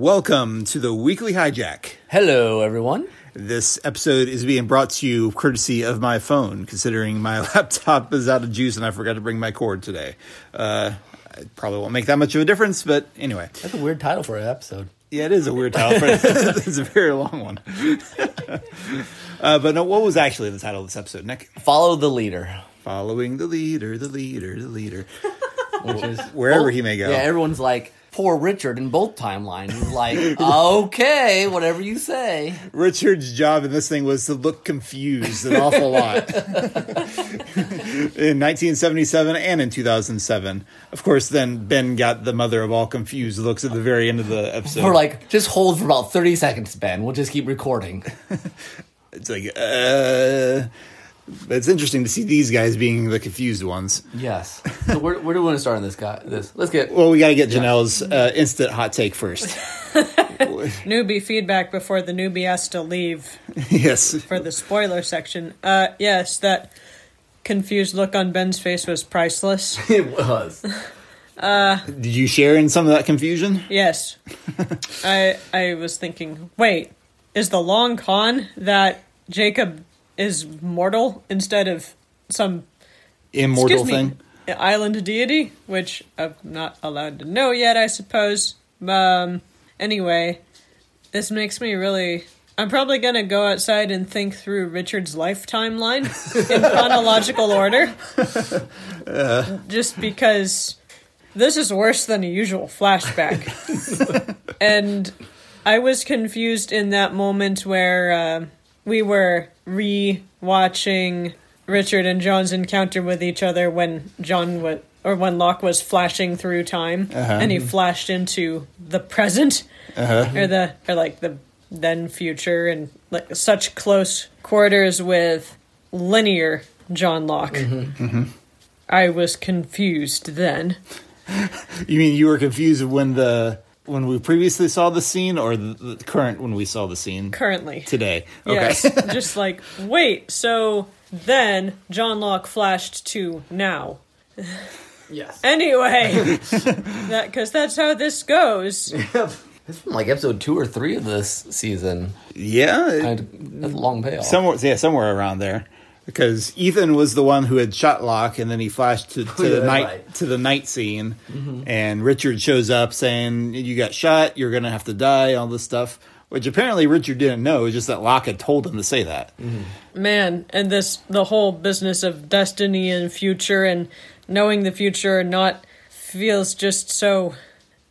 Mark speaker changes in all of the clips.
Speaker 1: Welcome to the Weekly Hijack.
Speaker 2: Hello, everyone.
Speaker 1: This episode is being brought to you courtesy of my phone, considering my laptop is out of juice and I forgot to bring my cord today. Uh, it probably won't make that much of a difference, but anyway.
Speaker 2: That's a weird title for an episode.
Speaker 1: Yeah, it is a weird title, but it's a very long one. uh, but no, what was actually the title of this episode, Nick?
Speaker 2: Follow the leader,
Speaker 1: Following the leader, the leader, the leader.
Speaker 2: which is
Speaker 1: Wherever he may go.
Speaker 2: Yeah, everyone's like poor Richard in both timelines. He's like, okay, whatever you say.
Speaker 1: Richard's job in this thing was to look confused an awful lot in 1977 and in 2007. Of course, then Ben got the mother of all confused looks at the very end of the episode.
Speaker 2: We're like, just hold for about thirty seconds, Ben. We'll just keep recording.
Speaker 1: it's like, uh, it's interesting to see these guys being the confused ones.
Speaker 2: Yes. So where, where do we want to start on this guy? This. Let's get.
Speaker 1: Well, we got to get Janelle's uh, instant hot take first.
Speaker 3: newbie feedback before the newbie has to leave
Speaker 1: yes,
Speaker 3: for the spoiler section. Uh, yes, that confused look on Ben's face was priceless.
Speaker 2: It was.
Speaker 1: did you share in some of that confusion?
Speaker 3: yes, I I was thinking, wait, is the long con that Jacob is mortal instead of some
Speaker 1: Immortal
Speaker 3: excuse
Speaker 1: thing.
Speaker 3: me island deity, which I'm not allowed to know yet, I suppose. Um, anyway, this makes me really. I'm probably gonna go outside and think through Richard's life timeline in chronological order. Just because this is worse than a usual flashback. and I was confused in that moment where um we were re-watching Richard and John's encounter with each other when John was, or when Locke was flashing through time, and he flashed into the present or the or like the then future and like such close quarters with linear John Locke. I was confused then.
Speaker 1: You mean you were confused when the when we previously saw the scene, or the, the current when we saw the scene
Speaker 3: Currently,
Speaker 1: today? Okay,
Speaker 3: Yes. just like, wait, so then John Locke flashed to now.
Speaker 2: Yes.
Speaker 3: Anyway, that because that's how this goes.
Speaker 2: It's from like episode two or three of this season.
Speaker 1: yeah, it-
Speaker 2: Kind of- That's a long payoff.
Speaker 1: somewhere, yeah, somewhere around there. Because Ethan was the one who had shot Locke, and then he flashed to, to
Speaker 2: yeah,
Speaker 1: the
Speaker 2: that's
Speaker 1: night
Speaker 2: right.
Speaker 1: to the night scene, and Richard shows up saying, "You got shot. You're gonna have to die." All this stuff, which apparently Richard didn't know. It was just that Locke had told him to say that. Uh,
Speaker 3: man and this the whole business of destiny and future and knowing the future or not feels just so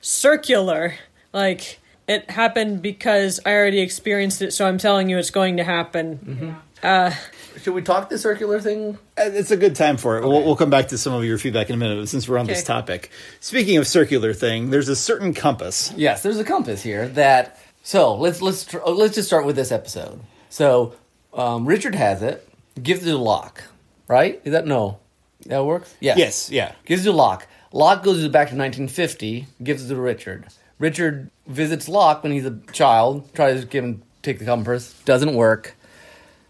Speaker 3: circular like it happened because i already experienced it so i'm telling you it's going to happen
Speaker 2: Should we talk the circular thing?
Speaker 1: It's a good time for it. We'll, we'll come back to some of your feedback in a minute, but since we're on this
Speaker 3: Okay.
Speaker 1: topic. Speaking of circular thing, there's a certain compass.
Speaker 2: Yes, there's a compass here that. So let's let's tr- oh, let's just start with this episode. So um, Richard has it, gives it to Locke, right? Is that no? That works. Yes.
Speaker 1: Yes, yeah.
Speaker 2: Gives it to Locke. Locke goes back to 1950, gives it to Richard. Richard visits Locke when he's a child, tries to give him take the compass, doesn't work,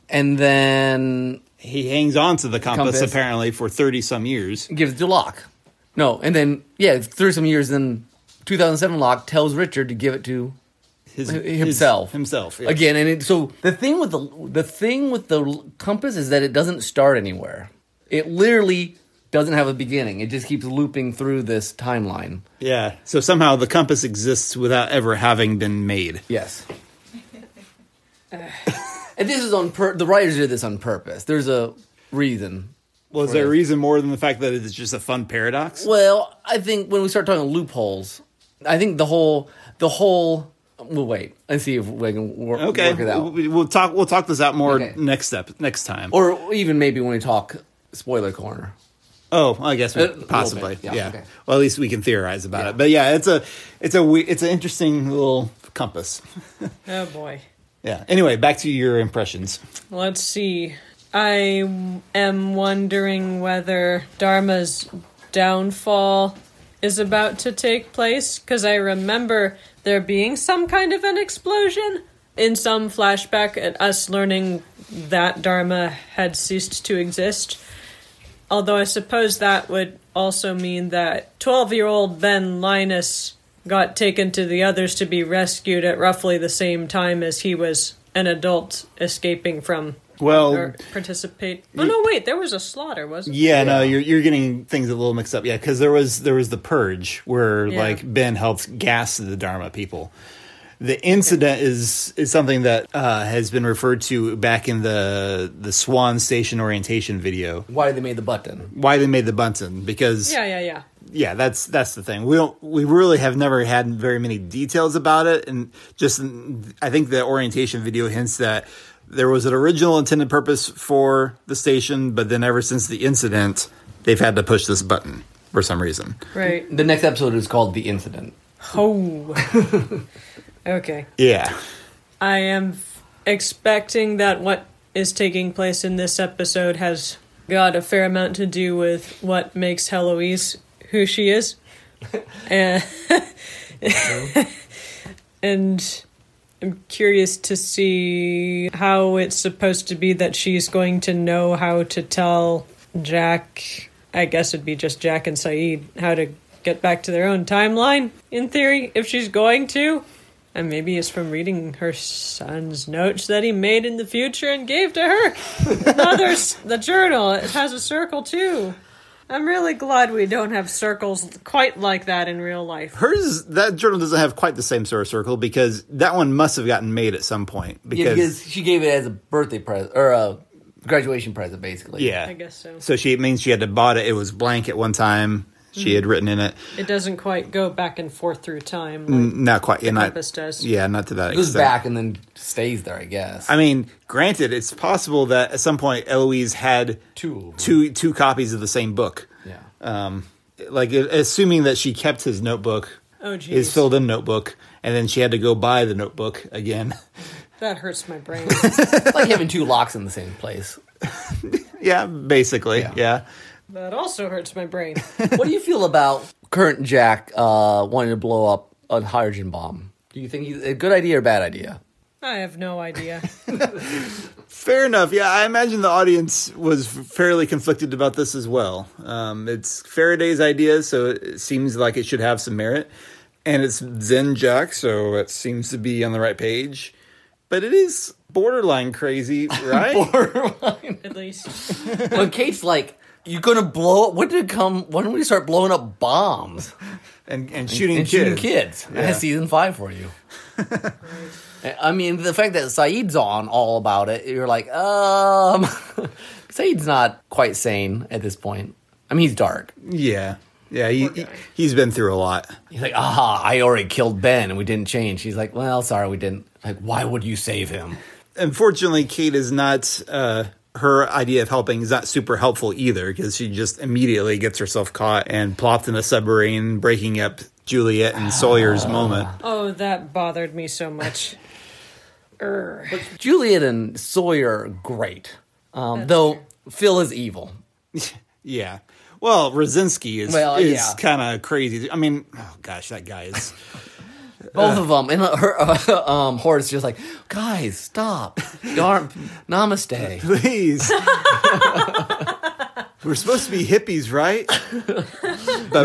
Speaker 2: and then
Speaker 1: He hangs on to the compass,
Speaker 2: Compass.
Speaker 1: apparently for 30 some years.
Speaker 2: gives it to Locke. No, and then yeah, through some years, then 2007 Locke tells Richard to give it to
Speaker 1: His, his-
Speaker 2: himself
Speaker 1: himself. yeah.
Speaker 2: again and it, so the thing with the the thing with the l- compass is that it doesn't start anywhere it literally doesn't have a beginning it just keeps looping through this timeline
Speaker 1: Yeah. So somehow the compass exists without ever having been made.
Speaker 2: yes and this is on pur- the writers did this on purpose there's a reason
Speaker 1: Was there a reason more than the fact that it's just a fun paradox?
Speaker 2: well i think when we start talking loopholes i think the whole the whole well wait and see if we can wor-
Speaker 1: Okay.
Speaker 2: work it out
Speaker 1: We- We'll talk we'll talk this out more
Speaker 2: Okay.
Speaker 1: next step next time.
Speaker 2: or even maybe when we talk spoiler corner
Speaker 1: Oh, I guess we-
Speaker 2: Uh, A little bit,
Speaker 1: possibly. Yeah.
Speaker 2: yeah, okay.
Speaker 1: Well, at least we can theorize about
Speaker 2: Yeah.
Speaker 1: it. But yeah, it's a it's a we- it's an interesting little compass.
Speaker 3: oh boy
Speaker 1: Yeah. Anyway, back to your impressions.
Speaker 3: Let's see. I am wondering whether Dharma's downfall is about to take place because I remember there being some kind of an explosion in some flashback at us learning that Dharma had ceased to exist. Although I suppose that would also mean that 12 year old Ben Linus got taken to the others to be rescued at roughly the same time as he was an adult escaping from
Speaker 1: Well,
Speaker 3: or participate. Oh no, wait, there was a slaughter, wasn't?
Speaker 1: yeah, no, you're you're getting things a little mixed up. Yeah, because there was there was the purge where
Speaker 3: Yeah.
Speaker 1: like Ben helps gas the Dharma people. The incident is is something that uh, has been referred to back in the the Swan Station orientation video.
Speaker 2: Why they made the button?
Speaker 1: Why they made the Bunsen because
Speaker 3: Yeah, yeah, yeah.
Speaker 1: yeah, that's that's the thing. We don't we really have never had very many details about it, and just I think the orientation video hints that there was an original intended purpose for the station, but then ever since the incident, they've had to push this button for some reason.
Speaker 3: Right.
Speaker 2: The next episode is called the incident.
Speaker 3: Oh. okay.
Speaker 1: Yeah,
Speaker 3: I am f- expecting that what is taking place in this episode has got a fair amount to do with what makes Heloise who she is. and, and I'm curious to see how it's supposed to be that she's going to know how to tell Jack, I guess it'd be just Jack and Saeed, how to get back to their own timeline, in theory, if she's going to. And maybe it's from reading her son's notes that he made in the future and gave to her. Mother's the journal. It has a circle too. I'm really glad we don't have circles quite like that in real life.
Speaker 1: hers that journal doesn't have quite the same sort of circle because that one must have gotten made at some point
Speaker 2: Yeah,
Speaker 1: because
Speaker 2: because she gave it as a birthday present or a graduation present, basically.
Speaker 1: yeah,
Speaker 3: I guess so.
Speaker 1: So she it means she had to bought it. It was blank at one time. She
Speaker 3: Mm-hmm.
Speaker 1: had written in it,
Speaker 3: It doesn't quite go back and forth through time. Like
Speaker 2: Mm.
Speaker 1: not quite. Yeah, not,
Speaker 3: Tempest does.
Speaker 1: yeah, not to that
Speaker 2: It goes
Speaker 1: extent.
Speaker 2: back and then stays there, I guess.
Speaker 1: I mean, granted, it's possible that at some point Eloise had
Speaker 2: Two of them.
Speaker 1: two, two copies of the same book.
Speaker 2: yeah.
Speaker 1: Um, like a- assuming that she kept his notebook,
Speaker 3: Oh,
Speaker 1: his
Speaker 3: geez.
Speaker 1: filled-in notebook, and then she had to go buy the notebook again.
Speaker 3: that hurts my brain.
Speaker 2: It's like having two locks in the same place.
Speaker 1: yeah, basically.
Speaker 2: Yeah.
Speaker 1: Yeah.
Speaker 3: that also hurts my brain.
Speaker 2: What do you feel about current Jack uh, wanting to blow up a hydrogen bomb? Do you think he's a good idea or bad idea?
Speaker 3: I have no idea.
Speaker 1: Fair enough. Yeah, I imagine the audience was fairly conflicted about this as well. Um, it's Faraday's idea, so it seems like it should have some merit, and it's Zen Jack, so it seems to be on the right page. But it is borderline crazy, right?
Speaker 3: At least.
Speaker 2: when Kate's like, "You're gonna blow up? When did it come? When did we start blowing up bombs
Speaker 1: and and shooting
Speaker 2: and
Speaker 1: kids.
Speaker 2: shooting kids?"
Speaker 1: Yeah.
Speaker 2: That's season five for you. I mean, the fact that Saeed's on all about it, you're like, um, Saeed's not quite sane at this point. I mean, he's dark.
Speaker 1: Yeah, yeah. He,
Speaker 3: guy.
Speaker 1: he has been through a lot.
Speaker 2: He's like, aha, I already killed Ben and we didn't change. He's like, well, sorry, we didn't. Like, why would you save him?
Speaker 1: Unfortunately, Kate is not. Uh, her idea of helping is not super helpful either because she just immediately gets herself caught and plopped in a submarine, breaking up Juliet and Sawyer's
Speaker 2: Ah.
Speaker 1: moment.
Speaker 3: Oh, that bothered me so much. Err.
Speaker 2: Juliet and Sawyer, are great. Um, though Phil is evil.
Speaker 1: Yeah. Well, Rosinski is
Speaker 2: Well,
Speaker 1: is
Speaker 2: yeah.
Speaker 1: kind of crazy. I mean, oh gosh, that guy is.
Speaker 2: Both of them. And her, um, Horace just like, guys, stop. You aren't, namaste.
Speaker 1: Please. We're supposed to be hippies, right?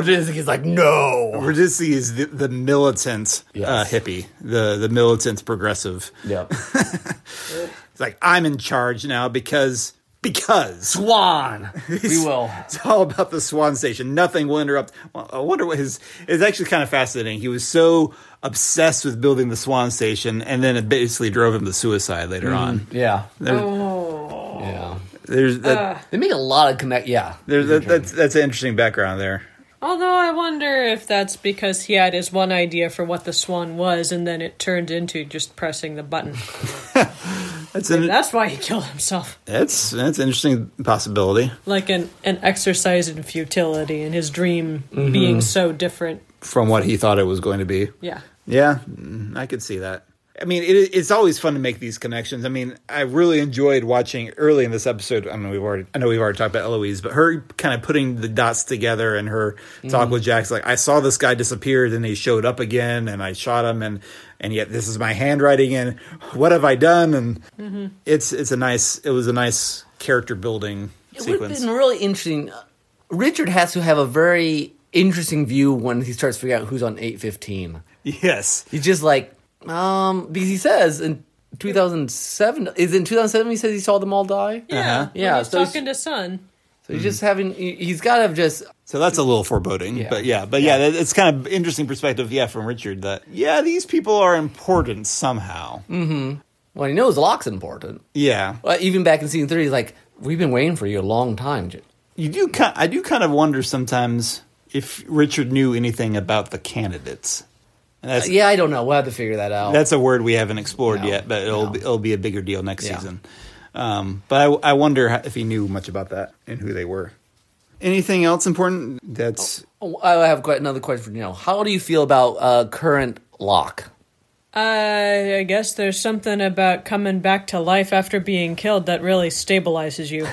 Speaker 2: He's like, no.
Speaker 1: Rosinski is the, the militant uh,
Speaker 2: Yes.
Speaker 1: hippie, the the militant progressive.
Speaker 2: Yep.
Speaker 1: It's like I'm in charge now because because
Speaker 2: Swan. We will.
Speaker 1: it's all about the Swan Station. Nothing will interrupt. Well, I wonder what his. It's actually kind of fascinating. He was so obsessed with building the Swan Station, and then it basically drove him to suicide
Speaker 2: Mm-hmm.
Speaker 1: later on.
Speaker 2: Yeah.
Speaker 3: Oh.
Speaker 2: Yeah.
Speaker 1: There's that.
Speaker 2: They make a lot of connect. Yeah.
Speaker 1: There's that, that's that's an interesting background there.
Speaker 3: Although I wonder if that's because he had his one idea for what the swan was, and then it turned into just pressing the button.
Speaker 1: That's an,
Speaker 3: That's why he killed himself.
Speaker 1: that's that's an interesting possibility
Speaker 3: Like an, an exercise in futility and his dream
Speaker 2: Mm-hmm.
Speaker 3: being so different.
Speaker 1: from what he thought it was going to be.
Speaker 3: Yeah.
Speaker 1: Yeah, mm, I could see that. I mean, it, it's always fun to make these connections. I mean, I really enjoyed watching early in this episode. I mean, we've already, I know we've already talked about Eloise, but her kind of putting the dots together and her talk with Jack's like, I saw this guy disappear, then he showed up again, and I shot him, and and yet this is my handwriting, and what have I done? And it's it's a nice, it was a nice character building
Speaker 2: It would have
Speaker 1: sequence.
Speaker 2: been really interesting. Richard has to have a very interesting view when he starts figuring out who's on 815.
Speaker 1: Yes.
Speaker 2: He's just like, um, because he says in 2007, is it in 2007 he says he saw them all die?
Speaker 3: Yeah, Uh-huh. when
Speaker 2: Yeah,
Speaker 3: He's
Speaker 2: so he's-
Speaker 3: talking to Sun.
Speaker 2: So he's just having, he- he's got to have just,
Speaker 1: So that's a little foreboding,
Speaker 2: Yeah.
Speaker 1: but yeah, but yeah, that it's kind of interesting perspective, yeah, from Richard that yeah, these people are important somehow.
Speaker 2: Mm. well, he knows Locke's important.
Speaker 1: Yeah,
Speaker 2: Well, even back in season three, he's like, we've been waiting for you a long time. J-
Speaker 1: you do. Ki- I do kind of wonder sometimes if Richard knew anything about the candidates, and that's
Speaker 2: Yeah, I don't know. We'll have to figure that out.
Speaker 1: that's a word we haven't explored
Speaker 2: No,
Speaker 1: yet, but it'll
Speaker 2: no.
Speaker 1: be, it'll be a bigger deal next
Speaker 2: Yeah.
Speaker 1: season. Um, but I, I wonder how- if he knew much about that and who they were. Anything else important? That's
Speaker 2: Oh, I have quite another question for you. Now. How do you feel about uh, current Locke?
Speaker 3: Uh, I guess there's something about coming back to life after being killed that really stabilizes you.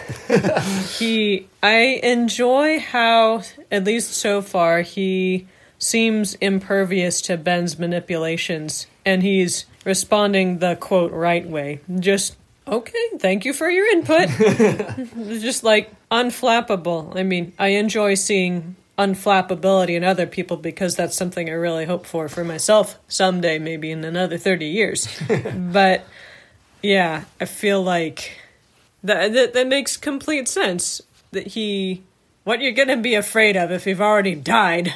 Speaker 3: he, I enjoy how, at least so far, he seems impervious to Ben's manipulations, and he's responding the quote right way. Just okay, thank you for your input. just like unflappable. I mean, I enjoy seeing unflappability in other people because that's something I really hope for for myself someday, maybe in another 30 years. but yeah, I feel like that, that that makes complete sense that he what you're going to be afraid of if you've already died.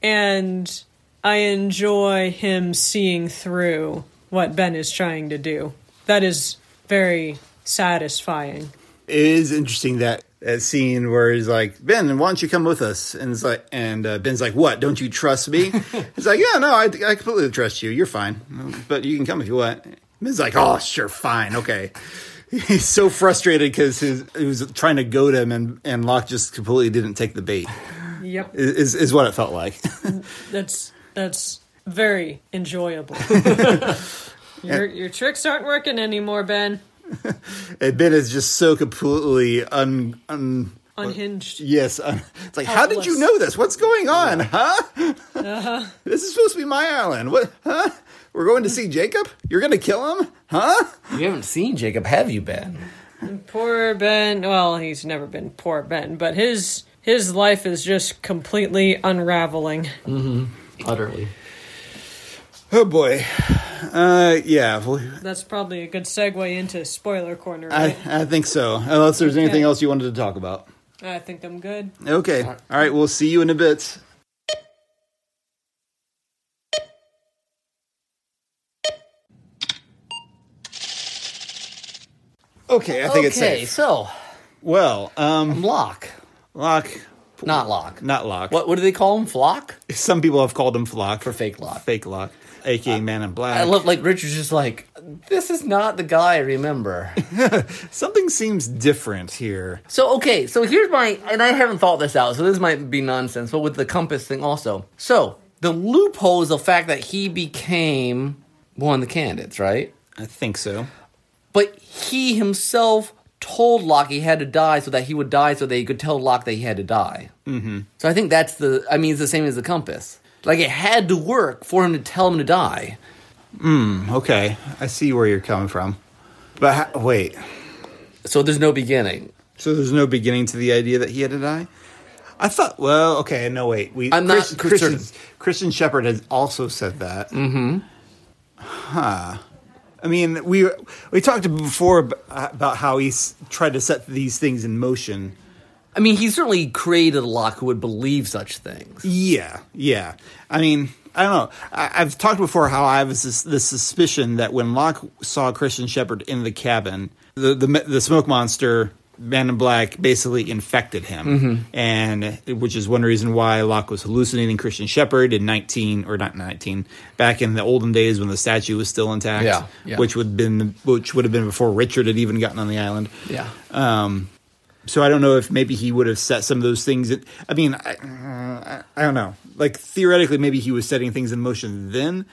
Speaker 3: And I enjoy him seeing through what Ben is trying to do. That is very satisfying.
Speaker 1: it is interesting that that scene where he's like, Ben, why don't you come with us? And it's like, and uh, Ben's like, what? Don't you trust me? he's like, yeah, no, I, I completely trust you. You're fine, but you can come if you want. Ben's like, oh, sure, fine, okay. He's so frustrated because his he was trying to goad him, and and Locke just completely didn't take the bait.
Speaker 3: Yep.
Speaker 1: Is is what it felt like.
Speaker 3: That's that's very enjoyable. your your tricks aren't working anymore, Ben.
Speaker 1: and Ben is just so completely un, un
Speaker 3: Unhinged.
Speaker 1: Yes. uh, it's like, how did you
Speaker 3: Helpless.
Speaker 1: know this? What's going on? Huh? this is supposed to be my island. What? Huh? We're going to see Jacob? You're going to kill him? Huh?
Speaker 2: You haven't seen Jacob, have you, Ben?
Speaker 3: Poor Ben. Well, he's never been poor Ben, but his his life is just completely unraveling.
Speaker 2: Utterly.
Speaker 1: Oh, boy. Uh, yeah. well,
Speaker 3: That's probably a good segue into spoiler corner.
Speaker 1: I,
Speaker 3: Right?
Speaker 1: I think so. Unless there's anything else you wanted to talk about.
Speaker 3: I, think I'm good.
Speaker 1: Okay. All right. We'll see you in a bit. Okay, I think it's
Speaker 2: okay,
Speaker 1: safe.
Speaker 2: so
Speaker 1: Well, um,
Speaker 2: Locke,
Speaker 1: Locke,
Speaker 2: not Locke.
Speaker 1: not Locke.
Speaker 2: What what do they call him? Flock
Speaker 1: Some people have called him Flock
Speaker 2: or fake Locke?
Speaker 1: fake Locke, aka Man in Black.
Speaker 2: I love like Richard's just like this is not the guy I remember.
Speaker 1: Something seems different here.
Speaker 2: so okay, so here's my and I haven't thought this out, so this might be nonsense, but with the compass thing also. So the loophole is the fact that he became one of the candidates, right?
Speaker 1: I think so.
Speaker 2: But he himself told Locke he had to die so that he would die so that he could tell Locke that he had to die. Mm-hmm. So I think that's the, I mean, it's the same as the compass. Like it had to work for him to tell him to die.
Speaker 1: Okay, I see where you're coming from. But ha- wait,
Speaker 2: So there's no beginning.
Speaker 1: so there's no beginning to the idea that he had to die. I thought, well, okay, no, wait. We
Speaker 2: I'm not certain.
Speaker 1: Christian, Christian Shepherd has also said that. Mm-hmm. Huh. I mean, we we talked before ab- about how he s- tried to set these things in motion.
Speaker 2: I mean, he certainly created Locke who would believe such things.
Speaker 1: Yeah, yeah. I mean, I don't know. I, I've talked before how I was this, the suspicion that when Locke saw Christian Shepherd in the cabin, the the, the smoke monster Man in Black basically infected him,
Speaker 2: Mm-hmm.
Speaker 1: and which is one reason why Locke was hallucinating Christian Shepherd in nineteen or not nineteen back in the olden days when the statue was still intact,
Speaker 2: Yeah, yeah.
Speaker 1: which would been which would have been before Richard had even gotten on the island.
Speaker 2: Yeah.
Speaker 1: Um, so I don't know if maybe he would have set some of those things. That, I mean, I, uh, I I don't know. Like theoretically, maybe he was setting things in motion then.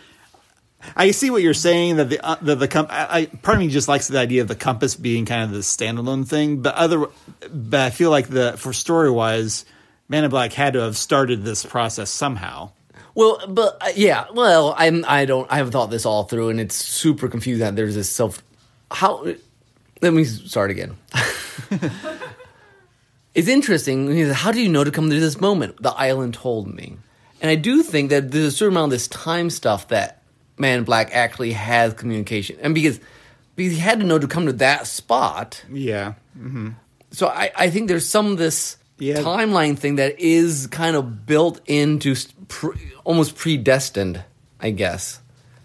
Speaker 1: I see what you're saying that the uh, the, the comp- I, I part of me just likes the idea of the compass being kind of the standalone thing, but other but I feel like the for story wise, Man in Black had to have started this process somehow.
Speaker 2: Well, but uh, yeah, well, I'm, I don't, I haven't thought this all through and it's super confusing that there's this self, how, let me start again. It's interesting. He says, How do you know to come to this moment? The island told me. And I do think that there's a certain amount of this time stuff that Man in Black actually has communication. And because because he had to know to come to that spot.
Speaker 1: Yeah.
Speaker 2: So I, I think there's some of this
Speaker 1: Yeah.
Speaker 2: timeline thing that is kind of built into s- pre, almost predestined, I guess.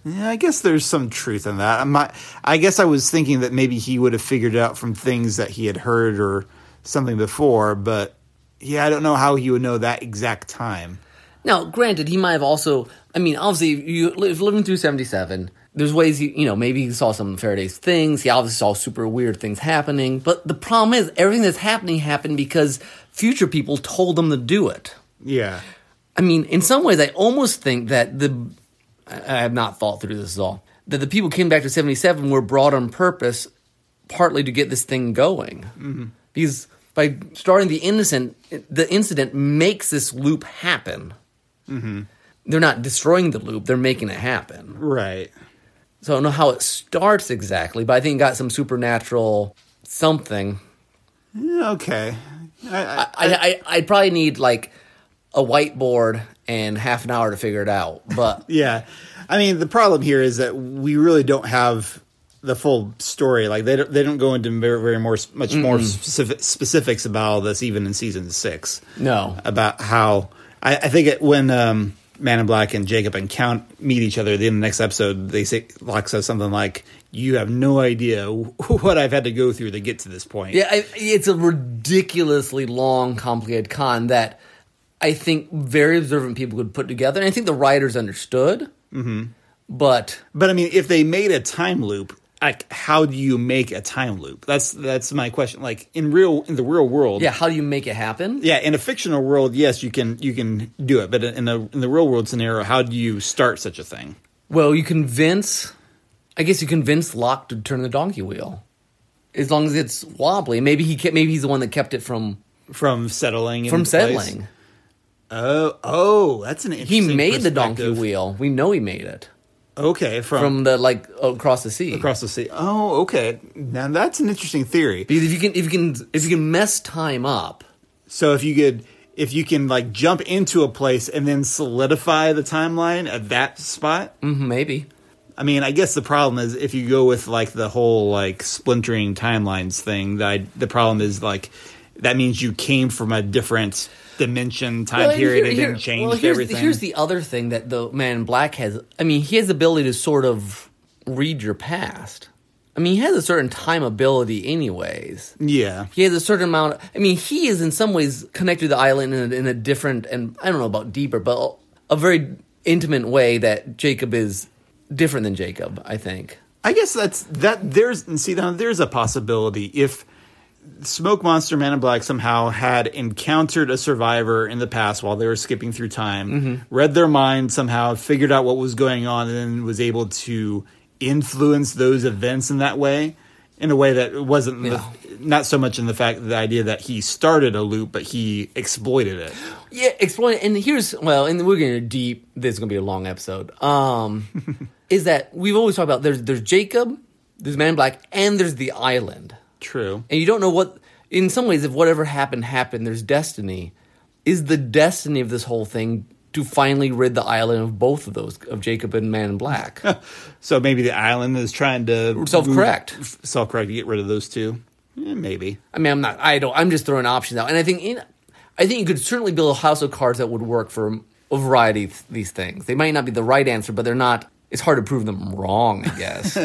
Speaker 1: Yeah, I guess there's some truth in that. I'm not, I guess I was thinking that maybe he would have figured it out from things that he had heard or something before, but yeah, I don't know how he would know that exact time.
Speaker 2: Now, granted, he might have also. I mean, obviously, if you if living through seventy seven, there's ways he, you know, maybe he saw some of Faraday's things. He obviously saw super weird things happening. But the problem is, everything that's happening happened because future people told them to do it.
Speaker 1: Yeah.
Speaker 2: I mean, in some ways, I almost think that the I I have not thought through this at all. That the people came back to seventy seven were brought on purpose, partly to get this thing going, because by starting the innocent, the incident makes this loop happen. They're not destroying the loop; they're making it happen.
Speaker 1: Right.
Speaker 2: So I don't know how it starts exactly, but I think it got some supernatural something.
Speaker 1: Yeah, Okay. I, I,
Speaker 2: I, I I'd probably need like a whiteboard and half an hour to figure it out, but.
Speaker 1: yeah. I mean, the problem here is that we really don't have the full story. Like they don't, they don't go into very, very more much more specific, specifics about all this, even in season six.
Speaker 2: No.
Speaker 1: about how I, I think it, when um, Man in Black and Jacob and Count meet each other at the end of the next episode, they say Locke says something like, "You have no idea what I've had to go through to get to this point."
Speaker 2: Yeah, I, it's a ridiculously long, complicated con that I think very observant people could put together, and I think the writers understood. Mm-hmm. But
Speaker 1: But I mean, if they made a time loop, like how do you make a time loop? That's that's my question. Like in real in the real world,
Speaker 2: yeah, how do you make it happen?
Speaker 1: yeah. In a fictional world, yes, you can you can do it. But in a in the real world scenario, how do you start such a thing?
Speaker 2: Well, you convince. I guess you convince Locke to turn the donkey wheel, as long as it's wobbly. Maybe he kept, maybe he's the one that kept it from
Speaker 1: From settling
Speaker 2: from
Speaker 1: into place?
Speaker 2: settling.
Speaker 1: Oh, oh, that's an
Speaker 2: He
Speaker 1: interesting.
Speaker 2: made the donkey
Speaker 1: perspective.
Speaker 2: wheel. We know he made it
Speaker 1: Okay,
Speaker 2: from the like across the sea.
Speaker 1: across the sea. Oh, okay. Now that's an interesting theory.
Speaker 2: because if you can, if you can, if you can mess time up,
Speaker 1: So if you could, if you can like jump into a place and then solidify the timeline at that spot.
Speaker 2: mhm, maybe.
Speaker 1: I mean, I guess the problem is if you go with like the whole like splintering timelines thing. That I, the problem is like that means you came from a different dimension time
Speaker 2: Well, and
Speaker 1: period
Speaker 2: here-
Speaker 1: and
Speaker 2: here-
Speaker 1: didn't change
Speaker 2: well, here's,
Speaker 1: everything.
Speaker 2: Here's the other thing that the man in black has. I mean, he has the ability to sort of read your past. I mean, he has a certain time ability, anyways.
Speaker 1: yeah.
Speaker 2: He has a certain amount. I mean, he is in some ways connected to the island in a, in a different and I don't know about deeper, but a very intimate way that Jacob is different than Jacob. I think.
Speaker 1: I guess that's that. There's and see now there's a possibility if Smoke Monster Man in Black somehow had encountered a survivor in the past while they were skipping through time, read their mind somehow, figured out what was going on, and then was able to influence those events in that way, in a way that it wasn't the, not so much in the fact the idea that he started a loop, but he exploited it.
Speaker 2: Yeah, explain. And here's well, and we're gonna deep. This is gonna be a long episode. Um, is that we've always talked about? There's there's Jacob, there's Man in Black, and there's the island.
Speaker 1: True.
Speaker 2: And you don't know what. In some ways, if whatever happened happened, there's destiny. Is the destiny of this whole thing to finally rid the island of both of those of Jacob and Man in Black?
Speaker 1: So maybe the island is trying to
Speaker 2: Self-correct.
Speaker 1: self correct to get rid of those two. Eh, maybe.
Speaker 2: I mean, I'm not. I don't. I'm just throwing options out. And I think in, I think you could certainly build a house of cards that would work for a variety of these things. They might not be the right answer, but they're not. It's hard to prove them wrong. I guess.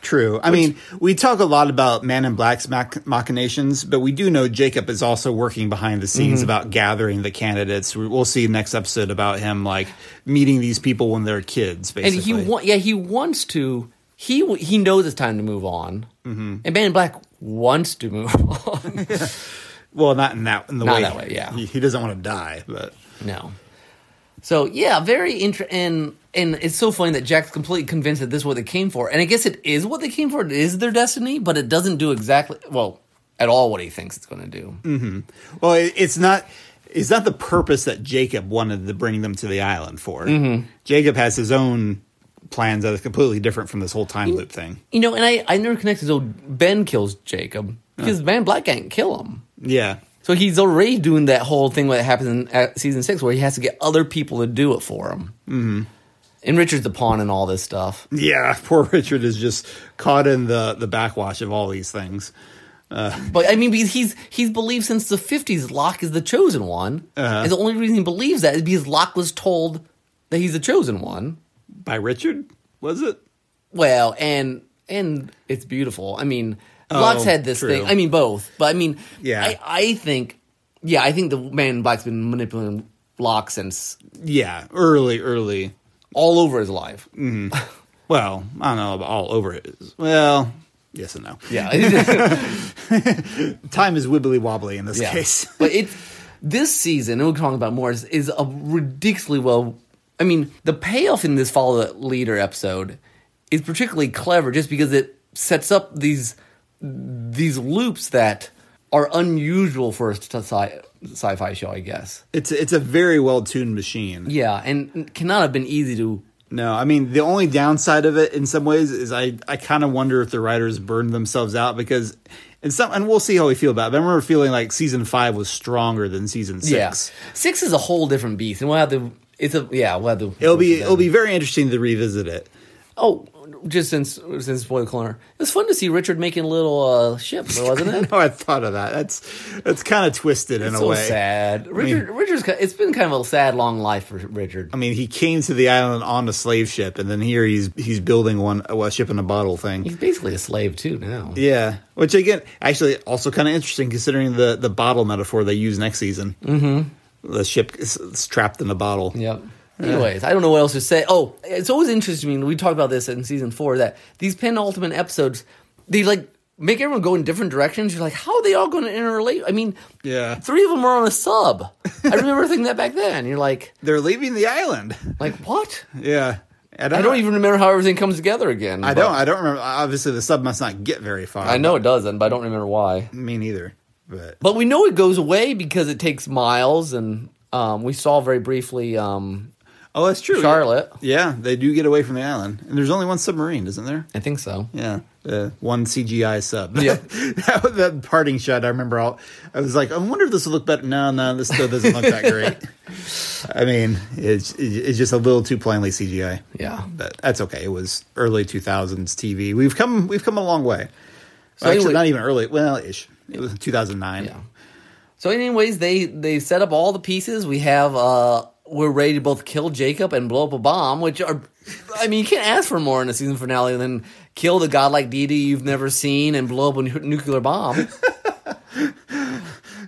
Speaker 1: True. I mean, we talk a lot about Man in Black's mach- machinations, but we do know Jacob is also working behind the scenes
Speaker 2: Mm-hmm.
Speaker 1: about gathering the candidates. We- We'll see next episode about him like meeting these people when they're kids,
Speaker 2: and
Speaker 1: basically.
Speaker 2: he wa- yeah he wants to. He w- he knows it's time to move on. And Man in Black wants to move on.
Speaker 1: well, not in that in the
Speaker 2: Not
Speaker 1: way.
Speaker 2: that way, yeah.
Speaker 1: He, he doesn't want to die, but
Speaker 2: no. So yeah, very interesting. And and it's so funny that Jack's completely convinced that this is what they came for. And I guess it is what they came for. It is their destiny, but it doesn't do exactly well at all what he thinks it's going to do.
Speaker 1: well, it, it's not. It's not the purpose that Jacob wanted to bring them to the island for.
Speaker 2: Mm-hmm.
Speaker 1: Jacob has his own plans that are completely different from this whole time loop thing.
Speaker 2: You know, and I, I never connected. So Ben kills Jacob because Man Black can't kill him.
Speaker 1: Yeah.
Speaker 2: So he's already doing that whole thing that happens in uh, season six, where he has to get other people to do it for him. Mm-hmm. And Richard's the pawn in all this stuff.
Speaker 1: Yeah, poor Richard is just caught in the the backwash of all these things.
Speaker 2: But I mean, because he's he's believed since the fifties Locke is the chosen one, and the only reason he believes that is because Locke was told that he's the chosen one.
Speaker 1: By Richard, was it?
Speaker 2: Well, and and it's beautiful. I mean, Locke's had this
Speaker 1: Oh, true.
Speaker 2: thing. I mean, both, but I mean,
Speaker 1: Yeah.
Speaker 2: I, I think, yeah, I think the man in black's been manipulating Locke since
Speaker 1: Yeah, early, early.
Speaker 2: all over his life.
Speaker 1: Mm. Well, I don't know about all over it. is- Well, yes and no.
Speaker 2: Yeah,
Speaker 1: Time is wibbly wobbly in this
Speaker 2: yeah.
Speaker 1: case.
Speaker 2: but it's this season, and we'll talk about more. Is, is a ridiculously well. I mean, the payoff in this follow the leader episode is particularly clever, just because it sets up these these loops that are unusual for a sci- sci-fi show, I guess.
Speaker 1: It's it's a very well tuned machine.
Speaker 2: Yeah, and cannot have been easy to.
Speaker 1: No, I mean the only downside of it in some ways is I I kind of wonder if the writers burned themselves out because and some and we'll see how we feel about it. But I remember feeling like season five was stronger than season six.
Speaker 2: Yeah, six is a whole different beast, and we'll have to. It's a yeah, we'll have to.
Speaker 1: It'll be it'll be very interesting to revisit it.
Speaker 2: Oh, just since since spoiler corner, it was fun to see Richard making little uh, ships, wasn't it?
Speaker 1: No, I thought of that. That's that's kind of twisted in a
Speaker 2: so
Speaker 1: way.
Speaker 2: sad. Richard, Richard's. ki- It's been kind of a sad, long life for Richard.
Speaker 1: I mean, he came to the island on a slave ship, and then here he's he's building one a ship in a bottle thing.
Speaker 2: He's basically a slave too now.
Speaker 1: Yeah, which again, actually, also kind of interesting considering the the bottle metaphor they use next season. Mm-hmm. The ship is, is trapped in a bottle.
Speaker 2: Yep. Anyways, I don't know what else to say. Oh, it's always interesting to me. and We talked about this in season four that these penultimate episodes, they like make everyone go in different directions. You're like, how are they all going to interrelate? I mean,
Speaker 1: Yeah.
Speaker 2: three of them are on a sub. I remember thinking that back then. You're like,
Speaker 1: They're leaving the island.
Speaker 2: like what?
Speaker 1: Yeah, and
Speaker 2: I don't even remember how everything comes together again.
Speaker 1: I
Speaker 2: but-
Speaker 1: don't. I don't remember. Obviously, the sub must not get very far.
Speaker 2: I know it doesn't, but I don't remember why.
Speaker 1: Me neither. But
Speaker 2: But we know it goes away because it takes miles, and um, we saw very briefly. Um,
Speaker 1: oh, that's true.
Speaker 2: Charlotte.
Speaker 1: Yeah, they do get away from the island, and there's only one submarine, isn't there?
Speaker 2: I think so.
Speaker 1: Yeah, uh, one CGI sub.
Speaker 2: Yeah.
Speaker 1: that, that parting shot. I remember. All, I was like, I wonder if this will look better. No, no, this still doesn't look that great. I mean, it's it's just a little too plainly CGI.
Speaker 2: Yeah.
Speaker 1: but that's okay. It was early two thousands TV. We've come we've come a long way.
Speaker 2: So
Speaker 1: Actually,
Speaker 2: anyway-
Speaker 1: not even early. Well, ish. It was two thousand nine.
Speaker 2: Yeah. So, anyways, they they set up all the pieces. We have uh, we're ready to both kill Jacob and blow up a bomb, which are, I mean, you can't ask for more in a season finale than kill the godlike deity you've never seen and blow up a nu- nuclear bomb.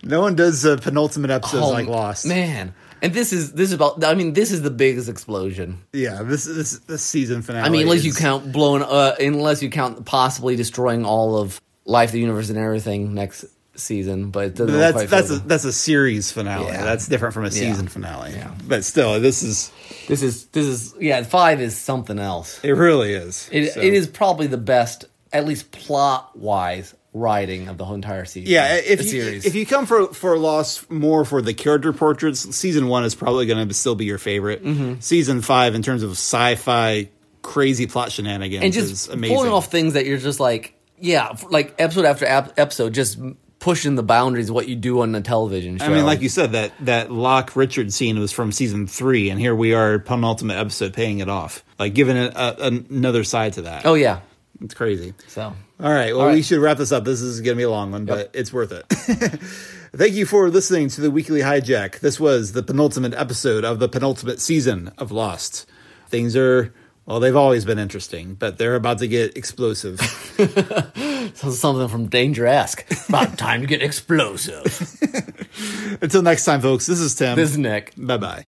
Speaker 1: No one does uh, penultimate episodes
Speaker 2: Oh,
Speaker 1: like Lost.
Speaker 2: man. And this is this is about. I mean, this is the biggest explosion.
Speaker 1: Yeah, this this this season finale.
Speaker 2: I mean, unless you
Speaker 1: is-
Speaker 2: count blowing, uh, unless you count possibly destroying all of life, the universe, and everything next season. But it doesn't
Speaker 1: But
Speaker 2: quite
Speaker 1: that's
Speaker 2: feel
Speaker 1: that's a,
Speaker 2: the-
Speaker 1: that's a series finale.
Speaker 2: Yeah.
Speaker 1: That's different from a season finale. But still, this is
Speaker 2: this is this is yeah. Five is something else.
Speaker 1: it. Really is.
Speaker 2: It,
Speaker 1: So-
Speaker 2: it is probably the best, at least plot wise, writing of the whole entire season.
Speaker 1: Yeah, if
Speaker 2: the
Speaker 1: you,
Speaker 2: series.
Speaker 1: if you come for for Lost more for the character portraits, season one is probably going to still be your favorite.
Speaker 2: Mm-hmm.
Speaker 1: Season five, in terms of sci-fi crazy plot shenanigans,
Speaker 2: and
Speaker 1: is
Speaker 2: just
Speaker 1: amazing.
Speaker 2: pulling off things that you're just like, yeah, f- like episode after ep- episode, just pushing the boundaries of what you do on a television show.
Speaker 1: I mean, like you said, that that Locke Richard scene was from season three, and here we are, penultimate episode, paying it off, like giving it a, an- another side to that.
Speaker 2: oh yeah,
Speaker 1: it's crazy.
Speaker 2: so
Speaker 1: All right. Well,
Speaker 2: All right.
Speaker 1: we should wrap this up. This is going to be a long one, but it's worth it. Thank you for listening to the weekly hijack. This was the penultimate episode of the penultimate season of Lost. Things are, well, they've always been interesting, but they're about to get explosive.
Speaker 2: so something from Danger Esque. About time to get explosive.
Speaker 1: Until next time, folks, this is Tim.
Speaker 2: this is Nick.
Speaker 1: Bye bye.